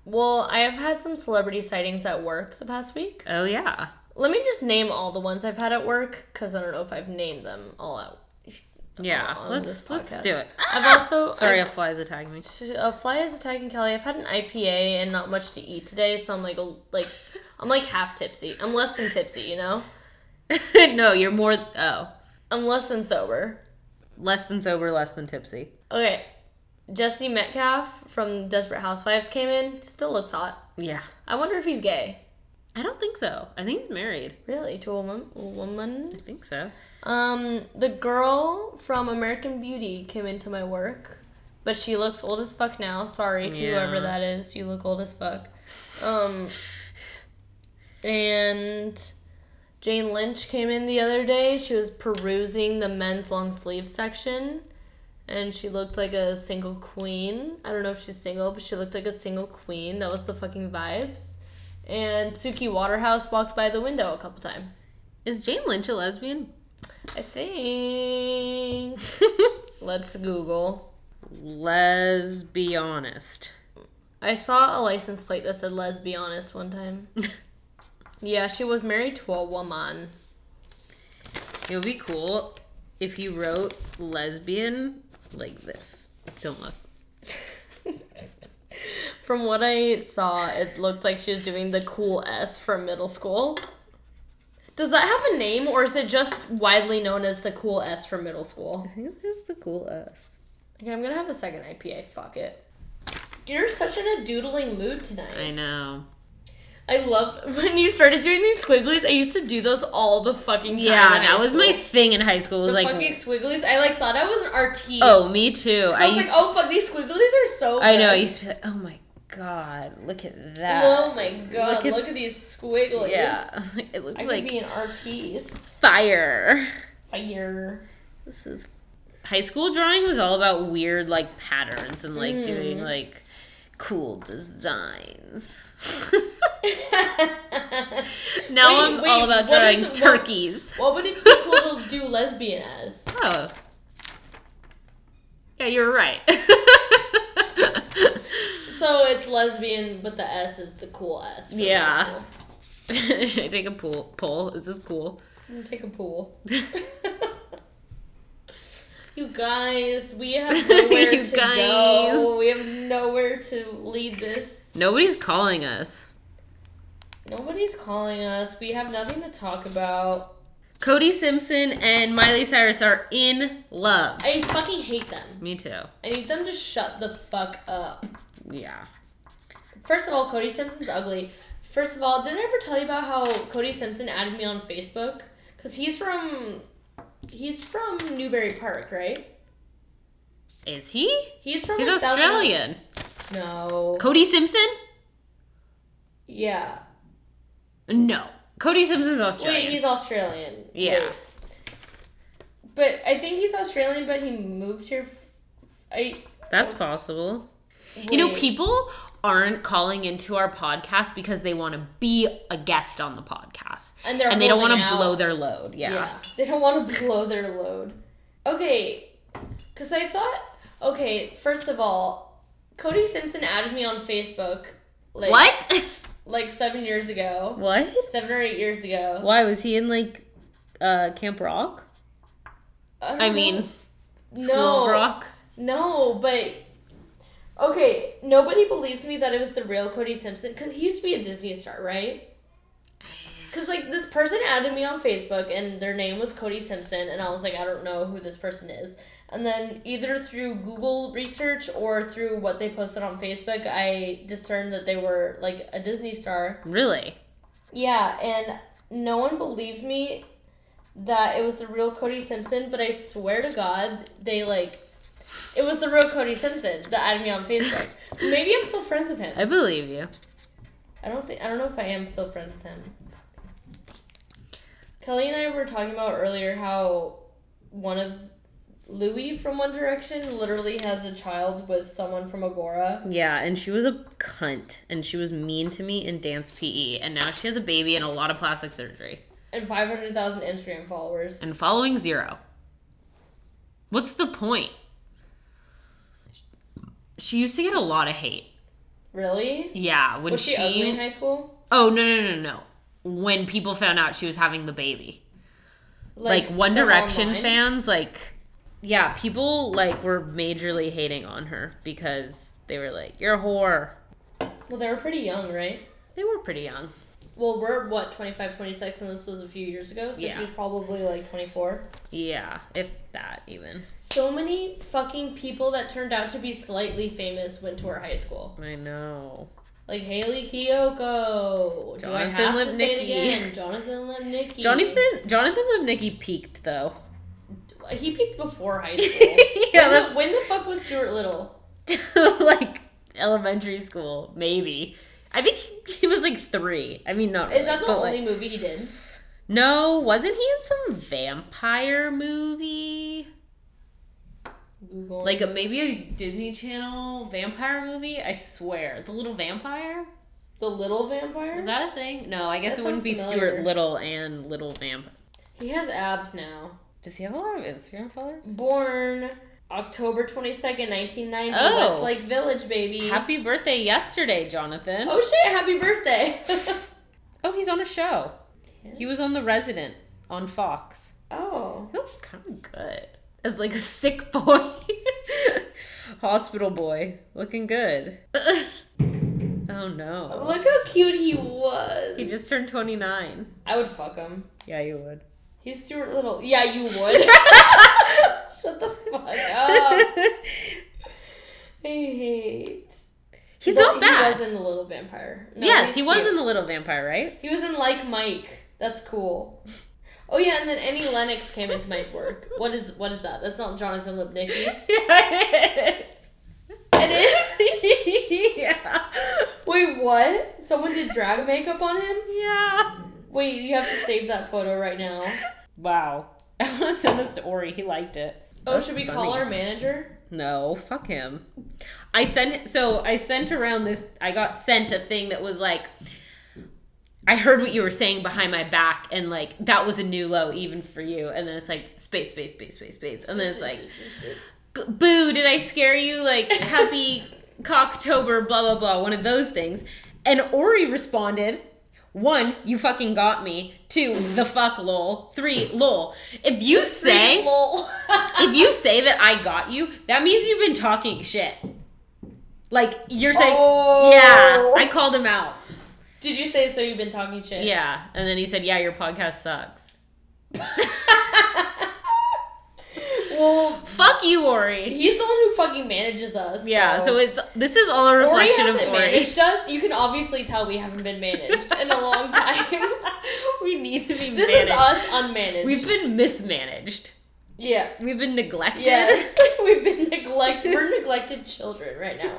Speaker 3: Well, I have had some celebrity sightings at work the past week.
Speaker 4: Oh yeah.
Speaker 3: Let me just name all the ones I've had at work because I don't know if I've named them all out.
Speaker 4: Yeah.
Speaker 3: on
Speaker 4: let's
Speaker 3: this
Speaker 4: let's
Speaker 3: podcast.
Speaker 4: do it.
Speaker 3: I've also
Speaker 4: (laughs) Sorry, a
Speaker 3: I've,
Speaker 4: fly's attacking me. (laughs)
Speaker 3: a uh, fly is attacking Kelly. I've had an IPA and not much to eat today, so I'm like a, like I'm like half tipsy. I'm less than tipsy, you know.
Speaker 4: no, you're more oh.
Speaker 3: I'm less than sober.
Speaker 4: Less than sober, less than tipsy.
Speaker 3: Okay, Jesse Metcalf from Desperate Housewives came in. Still looks hot.
Speaker 4: Yeah.
Speaker 3: I wonder if he's gay.
Speaker 4: I don't think so. I think he's married.
Speaker 3: Really, to a woman? A woman?
Speaker 4: I think so.
Speaker 3: Um, the girl from American Beauty came into my work, but she looks old as fuck now. Sorry to whoever
Speaker 4: Yeah.
Speaker 3: that is, you look old as fuck. Um, and Jane Lynch came in the other day. She was perusing the men's long sleeve section, and she looked like a single queen. I don't know if she's single, but she looked like a single queen. That was the fucking vibes. And Suki Waterhouse walked by the window a couple times.
Speaker 4: Is Jane Lynch a lesbian? (laughs)
Speaker 3: I think. Let's Google.
Speaker 4: Let's be honest.
Speaker 3: I saw a license plate that said "Let's be honest" one time. yeah, she was married to a woman. (laughs)
Speaker 4: It would be cool if you wrote lesbian like this. Don't look.
Speaker 3: From what I saw, it looked like she was doing the cool S from middle school. Does that have a name, or is it just widely known as the cool S from middle school?
Speaker 4: I think it's just the cool us.
Speaker 3: Okay, I'm gonna have a second IPA. Fuck it. You're such in a doodling mood tonight.
Speaker 4: I know.
Speaker 3: I love when you started doing these squigglies. I used to do those all the fucking time.
Speaker 4: Yeah,
Speaker 3: in high
Speaker 4: that was my
Speaker 3: school.
Speaker 4: thing in high school. Was
Speaker 3: the
Speaker 4: like,
Speaker 3: fucking squigglies. I like thought I was an artiste.
Speaker 4: oh, me
Speaker 3: So
Speaker 4: too.
Speaker 3: I,
Speaker 4: I
Speaker 3: was
Speaker 4: used,
Speaker 3: like, oh fuck, these squigglies are so.
Speaker 4: I know.
Speaker 3: good.
Speaker 4: I used to be like, oh my god, look at that.
Speaker 3: Oh my god,
Speaker 4: Look
Speaker 3: look
Speaker 4: at-
Speaker 3: at, these squigglies.
Speaker 4: Yeah, (laughs) I was like, it
Speaker 3: I
Speaker 4: looks
Speaker 3: could
Speaker 4: like
Speaker 3: be an artiste.
Speaker 4: fire.
Speaker 3: Fire.
Speaker 4: This is high school drawing was all about weird like patterns and like
Speaker 3: Mm.
Speaker 4: doing like cool designs. (laughs) (laughs) now
Speaker 3: Wait,
Speaker 4: I'm
Speaker 3: wait,
Speaker 4: all about
Speaker 3: what
Speaker 4: drawing
Speaker 3: is- what-
Speaker 4: turkeys.
Speaker 3: What would it be cool to do lesbian as?
Speaker 4: Oh, Yeah, you're right. (laughs)
Speaker 3: So it's lesbian, but the S is the cool S. for
Speaker 4: Yeah.
Speaker 3: lesbian.
Speaker 4: Should I take a pool poll? Is this cool? (laughs)
Speaker 3: I'm gonna take a pool. you guys, we have nowhere
Speaker 4: (laughs) You
Speaker 3: to
Speaker 4: guys.
Speaker 3: go. We have nowhere to lead this.
Speaker 4: Nobody's calling us.
Speaker 3: Nobody's calling us. We have nothing to talk about.
Speaker 4: Cody Simpson and Miley Cyrus are in love.
Speaker 3: I fucking hate them.
Speaker 4: Me too.
Speaker 3: I need them to shut the fuck up.
Speaker 4: Yeah.
Speaker 3: First of all, Cody Simpson's ugly. First of all, did I ever tell you about how Cody Simpson added me on Facebook? Cause he's from, he's from Newberry Park, right?
Speaker 4: Is he?
Speaker 3: He's from
Speaker 4: He's
Speaker 3: like, Thousand Oaks.
Speaker 4: Australian.
Speaker 3: No.
Speaker 4: Cody Simpson?
Speaker 3: Yeah.
Speaker 4: No. Cody Simpson's Australian.
Speaker 3: Wait, he's Australian.
Speaker 4: Yeah.
Speaker 3: Wait. But I think he's Australian, but he moved here. f- I.
Speaker 4: That's possible. You know,
Speaker 3: wait.
Speaker 4: people aren't calling into our podcast because they want to be a guest on the podcast.
Speaker 3: And they're
Speaker 4: and they don't want
Speaker 3: holding
Speaker 4: to
Speaker 3: out.
Speaker 4: blow their load. Yeah.
Speaker 3: Yeah. They don't want to (laughs) blow their load. Okay. Because I thought. Okay, first of all, Cody Simpson added me on Facebook. Like, (laughs)
Speaker 4: What?
Speaker 3: Like seven years ago.
Speaker 4: what?
Speaker 3: Seven or eight years ago.
Speaker 4: Why was he in like uh Camp Rock?
Speaker 3: don't
Speaker 4: I
Speaker 3: know.
Speaker 4: mean,
Speaker 3: Uh,
Speaker 4: School
Speaker 3: no.
Speaker 4: of Rock.
Speaker 3: No, but okay, nobody believes me that it was the real Cody Simpson because he used to be a Disney star, right? Because like this person added me on Facebook and their name was Cody Simpson, and I was like, I don't know who this person is. And then either through Google research or through what they posted on Facebook, I discerned that they were like a Disney star.
Speaker 4: Really?
Speaker 3: Yeah, and no one believed me that it was the real Cody Simpson, but I swear to God, they like it was the real Cody Simpson that added me on
Speaker 4: (laughs)
Speaker 3: Facebook. Maybe I'm still friends with
Speaker 4: I
Speaker 3: him.
Speaker 4: believe you.
Speaker 3: I don't think I don't know if I am still friends with him. Kelly and I were talking about earlier how one of Louis from One Direction literally has a child with someone from Agora.
Speaker 4: Yeah, and she was a cunt and she was mean to me in dance PE and now she has a baby and a lot of plastic surgery
Speaker 3: And 500,000 Instagram followers.
Speaker 4: and following zero. What's the point? She used to get a lot of hate.
Speaker 3: really?
Speaker 4: Yeah, when
Speaker 3: Was she ugly in high school?
Speaker 4: Oh, no, no, no, no. When people found out she was having the baby. like, One
Speaker 3: from
Speaker 4: Direction
Speaker 3: online?
Speaker 4: fans, like, yeah, people like were majorly hating on her because they were like, "You're a whore."
Speaker 3: Well, they were pretty young, right?
Speaker 4: They were pretty young.
Speaker 3: Well, we're what 25, 26, and this was a few years ago, so
Speaker 4: Yeah.
Speaker 3: she was probably like 24.
Speaker 4: Yeah, if that even.
Speaker 3: So many fucking people that turned out to be slightly famous went to our high school,
Speaker 4: I know.
Speaker 3: like Haley Kiyoko, Do I
Speaker 4: Jonathan
Speaker 3: have to say it
Speaker 4: Lipnicki.
Speaker 3: again? Jonathan Lipnicki,
Speaker 4: Jonathan Jonathan Lipnicki peaked though.
Speaker 3: He peaked before high school.
Speaker 4: (laughs) Yeah, (laughs)
Speaker 3: when,
Speaker 4: that's-
Speaker 3: the, when the fuck was Stuart Little?
Speaker 4: (laughs) like elementary school, maybe. I think he, he was like three. I mean, not.
Speaker 3: Is
Speaker 4: really,
Speaker 3: that the
Speaker 4: but,
Speaker 3: only
Speaker 4: like-
Speaker 3: movie he did?
Speaker 4: No, wasn't he in some vampire movie?
Speaker 3: Google.
Speaker 4: Like a, maybe a Disney Channel vampire movie? I swear, the Little Vampire
Speaker 3: the Little Vampire.
Speaker 4: was that a thing? No, I guess
Speaker 3: That
Speaker 4: it wouldn't be
Speaker 3: sounds familiar.
Speaker 4: Stuart Little and Little Vamp.
Speaker 3: he has abs now.
Speaker 4: Does he have a lot of Instagram followers?
Speaker 3: Born October 22nd, 1990,
Speaker 4: Oh.
Speaker 3: Westlake Village, baby.
Speaker 4: Happy birthday yesterday, Jonathan.
Speaker 3: Oh shit, happy birthday. (laughs)
Speaker 4: Oh, he's on a show. He was on The Resident on Fox.
Speaker 3: oh.
Speaker 4: He looks kind of good as like a sick boy, (laughs) hospital boy, looking (laughs) good. oh no,
Speaker 3: Look how cute he was.
Speaker 4: he just turned twenty nine.
Speaker 3: I would fuck him.
Speaker 4: Yeah, you (laughs) would.
Speaker 3: He's Stuart Little. Yeah,
Speaker 4: (laughs)
Speaker 3: you would. Shut the fuck
Speaker 4: (laughs)
Speaker 3: up. I hate.
Speaker 4: He's
Speaker 3: But
Speaker 4: not bad.
Speaker 3: He was in The Little Vampire. No,
Speaker 4: yes,
Speaker 3: he's
Speaker 4: he was
Speaker 3: cute.
Speaker 4: in The Little Vampire, right?
Speaker 3: He was in Like Mike. That's cool. Oh yeah, and then Annie Lennox came into my work. What is what is that? That's not Jonathan
Speaker 4: (laughs)
Speaker 3: Lipnicki.
Speaker 4: Yes.
Speaker 3: It is.
Speaker 4: yeah.
Speaker 3: Wait, what? Someone did drag makeup on him?
Speaker 4: (laughs) Yeah.
Speaker 3: Wait, you have to save that photo right now.
Speaker 4: Wow. (laughs) I want to send this to Ori. He liked it.
Speaker 3: Oh,
Speaker 4: That's
Speaker 3: should we
Speaker 4: funny.
Speaker 3: call our manager?
Speaker 4: No, fuck him. I sent so I sent around this I got sent a thing that was like I heard what you were saying behind my back and like that was a new low even for you and then it's like space space space space space and then it's like g- boo, did I scare you?
Speaker 3: (laughs)
Speaker 4: Like, happy cocktober, blah, blah, blah, one of those things. And Ori responded, one, you fucking got me. Two, the fuck lol. Three, lol. If you say,
Speaker 3: Lol.
Speaker 4: if you say that I got you, that means you've been talking shit. Like you're saying,
Speaker 3: Oh.
Speaker 4: yeah, I called him out.
Speaker 3: (laughs) Did you say so? You've been talking shit.
Speaker 4: Yeah, and then he said, yeah, your podcast sucks.
Speaker 3: Well,
Speaker 4: Fuck you, Ori.
Speaker 3: he's the one who fucking manages us.
Speaker 4: Yeah, so it's this is all a reflection
Speaker 3: Ori hasn't
Speaker 4: of Ori.
Speaker 3: managed us. You can obviously tell we haven't been managed in a
Speaker 4: (laughs)
Speaker 3: long time.
Speaker 4: we need to be
Speaker 3: this
Speaker 4: managed.
Speaker 3: is us unmanaged.
Speaker 4: We've been mismanaged.
Speaker 3: yeah.
Speaker 4: We've been neglected.
Speaker 3: Yes, (laughs) we've been neglected. We're neglected children right now.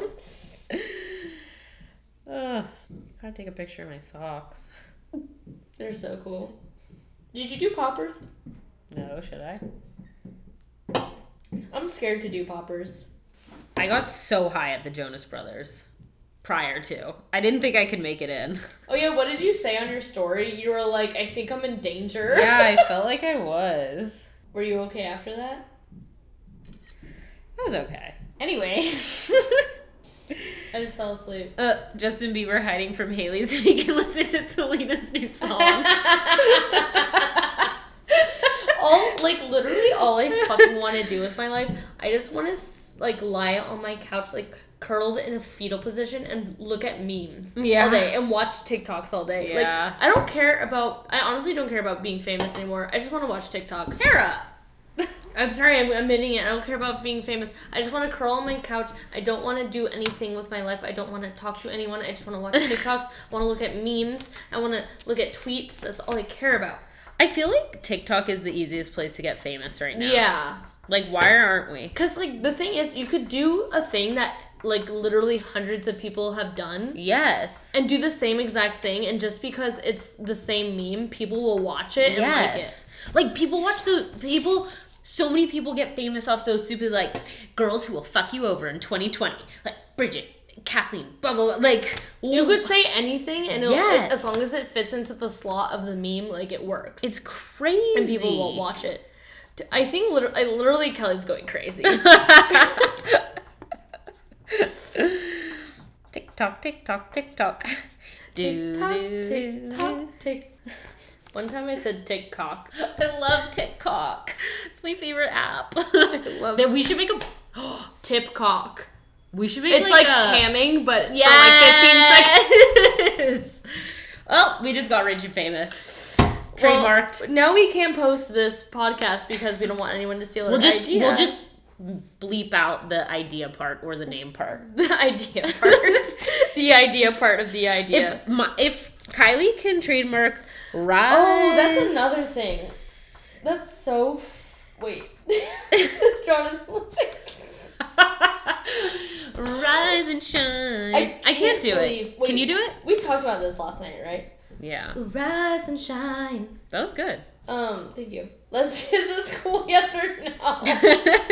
Speaker 4: (laughs) Ugh. gotta take a picture of my socks.
Speaker 3: They're so cool. Did you do poppers?
Speaker 4: No, should I?
Speaker 3: I'm scared to do poppers.
Speaker 4: I got so high at the Jonas Brothers prior to. I didn't think I could make it in. (laughs)
Speaker 3: Oh yeah, what did you say on your story? You were like, I think I'm in danger. (laughs)
Speaker 4: yeah, I felt like I was.
Speaker 3: Were you okay after that?
Speaker 4: That was okay.
Speaker 3: (laughs)
Speaker 4: Anyway,
Speaker 3: I just fell asleep.
Speaker 4: uh, Justin Bieber hiding from Haley so he can (laughs) listen to Selena's
Speaker 3: (laughs)
Speaker 4: new song.
Speaker 3: all like literally all I fucking want to do with my life, I just want to like lie on my couch like curled in a fetal position and look at memes
Speaker 4: Yeah.
Speaker 3: all day and watch TikToks all day.
Speaker 4: Yeah.
Speaker 3: Like I don't care about I honestly don't care about being famous anymore. I just want to watch TikToks.
Speaker 4: Tara.
Speaker 3: I'm sorry, I'm admitting it. I don't care about being famous. I just want to curl on my couch. I don't want to do anything with my life. I don't want to talk to anyone. I just want to
Speaker 4: (laughs)
Speaker 3: watch TikToks. I want to look at memes. I want to look at tweets. That's all I care about.
Speaker 4: I feel like TikTok is the easiest place to get famous right now.
Speaker 3: Yeah.
Speaker 4: Like, why aren't we?
Speaker 3: Because, like, the thing is, you could do a thing that, like, literally hundreds of people have done
Speaker 4: Yes.
Speaker 3: and do the same exact thing, and just because it's the same meme, people will watch it and
Speaker 4: yes. Like, people watch the people. So many people get famous off those stupid like girls who will fuck you over in 2020, like Bridget, Kathleen, blah blah. blah. Like
Speaker 3: like it. You could say anything, and it'll,
Speaker 4: Yes.
Speaker 3: as long as it fits into the slot of the meme, like, it works.
Speaker 4: It's crazy.
Speaker 3: and people will watch it. D- I think literally, I literally Kelly's going (laughs) crazy.
Speaker 4: tick tock, tick tock, tick (laughs) tock.
Speaker 3: tick tock, tick tock, tick. One time I said tick cock.
Speaker 4: I love TikTok. It's my favorite app.
Speaker 3: love-
Speaker 4: (laughs) that we should make a. (gasps)
Speaker 3: Tip cock.
Speaker 4: We should make
Speaker 3: It's like,
Speaker 4: a,
Speaker 3: camming, but yeah, for like 15 seconds.
Speaker 4: Yes. (laughs) Well, we just got rich and famous.
Speaker 3: (laughs)
Speaker 4: Trademarked.
Speaker 3: Well, now we can't post this podcast because we don't want anyone to steal our
Speaker 4: We'll, just
Speaker 3: idea.
Speaker 4: we'll just bleep out the idea part or the name
Speaker 3: (laughs)
Speaker 4: part.
Speaker 3: the idea (laughs) part. the idea part of the idea.
Speaker 4: If my, if Kylie can trademark rise.
Speaker 3: Oh, that's another thing. That's so. F- wait. (laughs) Jonas.
Speaker 4: (laughs)
Speaker 3: (laughs)
Speaker 4: rise and shine. I
Speaker 3: I
Speaker 4: can't, do
Speaker 3: can't believe-
Speaker 4: it. Can
Speaker 3: wait.
Speaker 4: you do it?
Speaker 3: we talked about this last night, right?
Speaker 4: Yeah,
Speaker 3: Rise and shine.
Speaker 4: that was good. (laughs)
Speaker 3: Um, thank you. Let's (laughs) is this cool? Yes or (laughs) no? I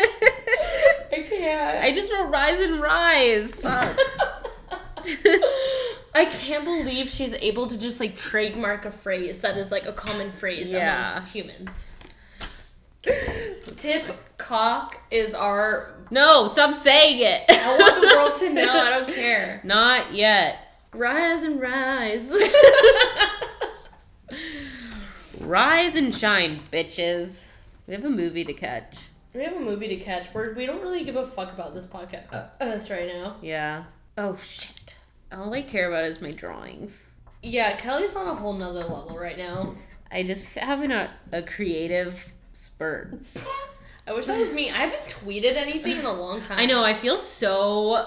Speaker 4: I
Speaker 3: can't.
Speaker 4: just wrote rise and rise. Fuck.
Speaker 3: (laughs) I can't believe she's able to just like trademark a phrase that is like a common phrase
Speaker 4: Yeah.
Speaker 3: amongst humans. Tip cock is our.
Speaker 4: no, stop saying it.
Speaker 3: I want the world to know.
Speaker 4: (laughs)
Speaker 3: I don't care.
Speaker 4: Not yet.
Speaker 3: (laughs) Rise and rise.
Speaker 4: Rise and shine, bitches. We have a movie to catch.
Speaker 3: (laughs) we have a movie to catch. We're, we don't really give a fuck about this podcast uh, us right now.
Speaker 4: Yeah. Oh shit. All I care about is my drawings.
Speaker 3: Yeah, Kelly's on a whole nother level right now.
Speaker 4: I just f- having a, a creative spurt.
Speaker 3: I wish that was me. I haven't tweeted anything in a (laughs) long time.
Speaker 4: I know. I feel so. I-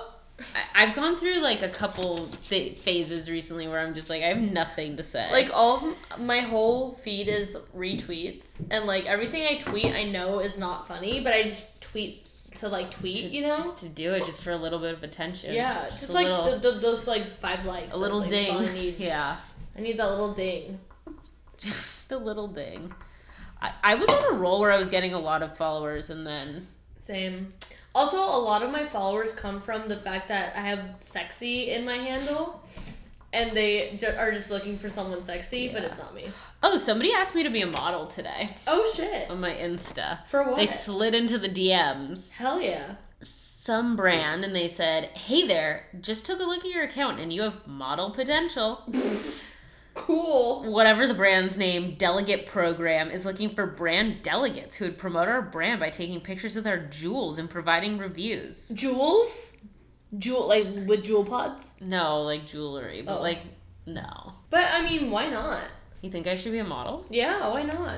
Speaker 4: I've gone through like a couple th- phases recently where I'm just like I have nothing to say.
Speaker 3: Like all of my whole feed is retweets, and like everything I tweet, I know is not funny, but I just tweet to like tweet, you know?
Speaker 4: just to do it, just for a little bit of attention.
Speaker 3: yeah,
Speaker 4: just,
Speaker 3: just,
Speaker 4: a
Speaker 3: like
Speaker 4: little,
Speaker 3: th- th- those like five likes.
Speaker 4: a
Speaker 3: (laughs)
Speaker 4: little
Speaker 3: That's, like,
Speaker 4: ding.
Speaker 3: that's all I need.
Speaker 4: (laughs) Yeah,
Speaker 3: I need that little ding.
Speaker 4: just a little ding. I, I was on a roll where I was getting a lot of followers, and then
Speaker 3: Same. Also, a lot of my followers come from the fact that I have sexy in my handle. and they ju- are just looking for someone sexy, but it's not me.
Speaker 4: Oh, somebody asked me to be a model today
Speaker 3: Oh shit!
Speaker 4: on my Insta.
Speaker 3: For what?
Speaker 4: Um, They slid into the DMs.
Speaker 3: Hell yeah!
Speaker 4: Some brand and they said, "Hey there, just took a look at your account and you have model potential."
Speaker 3: Cool.
Speaker 4: Whatever the brand's name, Delegate Program is looking for brand delegates who would promote our brand by taking pictures with our jewels and providing reviews.
Speaker 3: Jewels, jewel like with jewel pods.
Speaker 4: No, like jewelry, but
Speaker 3: Oh.
Speaker 4: like no.
Speaker 3: But I mean, why not?
Speaker 4: You think I should be a model?
Speaker 3: Yeah, why not?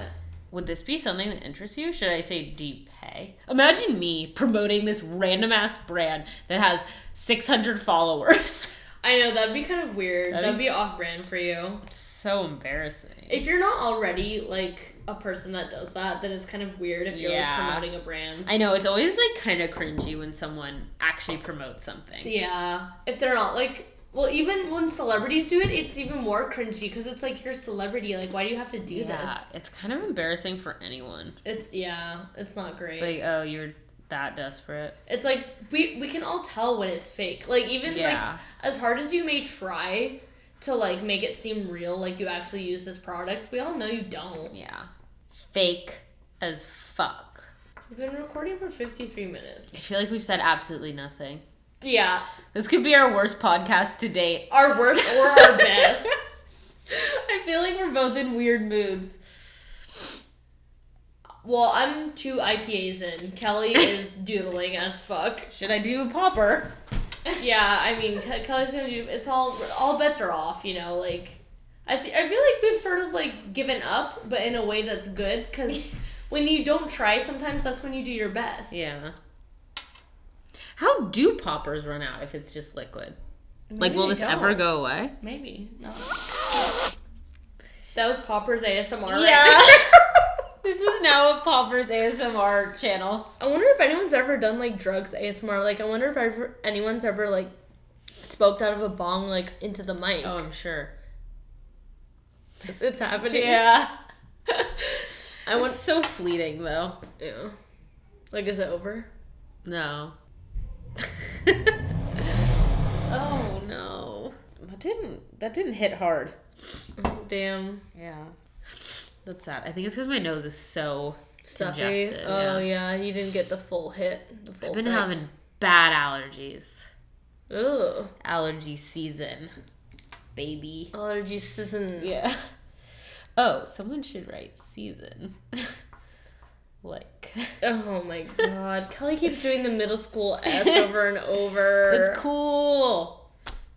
Speaker 4: Would this be something that interests you? Should I say, do you pay? Imagine me promoting this random ass brand that has 600 followers. (laughs)
Speaker 3: I know that'd be kind of weird.
Speaker 4: That'd
Speaker 3: That'd, be off brand for you.
Speaker 4: so embarrassing.
Speaker 3: If you're not already like a person that does that, then it's kind of weird if you're like,
Speaker 4: Yeah.
Speaker 3: promoting a brand.
Speaker 4: I know, it's always like kind of cringy when someone actually promotes something.
Speaker 3: Yeah. If they're not like, well, even when celebrities do it, it's even more cringy because it's like you're a celebrity. Like, why do you have to do
Speaker 4: Yeah, it's kind of embarrassing for anyone.
Speaker 3: this? It's yeah, it's not great.
Speaker 4: It's like, oh, you're that desperate.
Speaker 3: It's like we we can all tell when it's fake. Like even
Speaker 4: Yeah.
Speaker 3: like as hard as you may try to like make it seem real, like you actually use this product, we all know you don't.
Speaker 4: Yeah. Fake as fuck.
Speaker 3: We've been recording for fifty three minutes.
Speaker 4: I feel like we've said absolutely nothing.
Speaker 3: Yeah,
Speaker 4: This could be our worst podcast to date.
Speaker 3: our worst or
Speaker 4: (laughs)
Speaker 3: our best.
Speaker 4: I feel like we're both in weird moods.
Speaker 3: Well, I'm two IPAs in. Kelly is doodling as fuck.
Speaker 4: Should I do a popper?
Speaker 3: Yeah, I mean Ke- Kelly's gonna do. It's all all bets are off. You know, like I th- I feel like we've sort of like given up, but in a way that's good
Speaker 4: (laughs)
Speaker 3: because. When you don't try, sometimes that's when you do your best.
Speaker 4: Yeah. How do poppers run out if it's just liquid? like,
Speaker 3: Maybe
Speaker 4: will
Speaker 3: they
Speaker 4: this ever
Speaker 3: don't.
Speaker 4: go away?
Speaker 3: Maybe not. That was Popper's ASMR. right
Speaker 4: (laughs) this is now a poppers ASMR channel.
Speaker 3: there. I wonder if anyone's ever done like drugs ASMR. Like, I wonder if ever, anyone's ever like spoke out of a bong like into the mic.
Speaker 4: Oh, I'm sure.
Speaker 3: It's happening. (laughs) I
Speaker 4: It's
Speaker 3: want.
Speaker 4: so fleeting, though.
Speaker 3: Yeah. Like, is it over?
Speaker 4: (laughs) No. oh no. That didn't that didn't hit hard.
Speaker 3: Oh, damn.
Speaker 4: Yeah. That's sad. I think it's because my nose is so
Speaker 3: Stuffy.
Speaker 4: congested.
Speaker 3: oh yeah.
Speaker 4: yeah.
Speaker 3: you didn't get the full hit. The full
Speaker 4: I've been
Speaker 3: effect.
Speaker 4: having bad allergies.
Speaker 3: Ooh,
Speaker 4: Allergy season, baby.
Speaker 3: allergy season.
Speaker 4: Yeah. (laughs) Oh, someone should write season. (laughs) like (laughs)
Speaker 3: Oh my god. Kelly keeps doing the middle school S over and over.
Speaker 4: it's cool.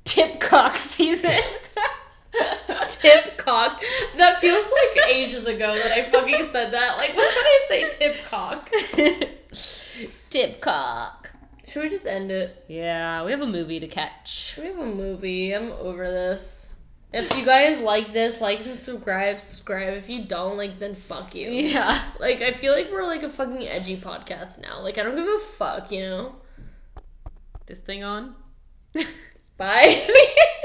Speaker 4: Tipcock season. (laughs)
Speaker 3: tip cock. That feels like ages ago that I fucking said that. Like, when did I say tip
Speaker 4: (laughs)
Speaker 3: cock?
Speaker 4: Tipcock.
Speaker 3: Should we just end it?
Speaker 4: Yeah, we have a movie to catch.
Speaker 3: We have a movie. I'm over this. If you guys like this, like and subscribe. Subscribe. If you don't, like, then fuck you.
Speaker 4: Yeah.
Speaker 3: Like, I feel like we're like a fucking edgy podcast now. Like, I don't give a fuck, you know?
Speaker 4: (laughs) This thing on?
Speaker 3: Bye. (laughs)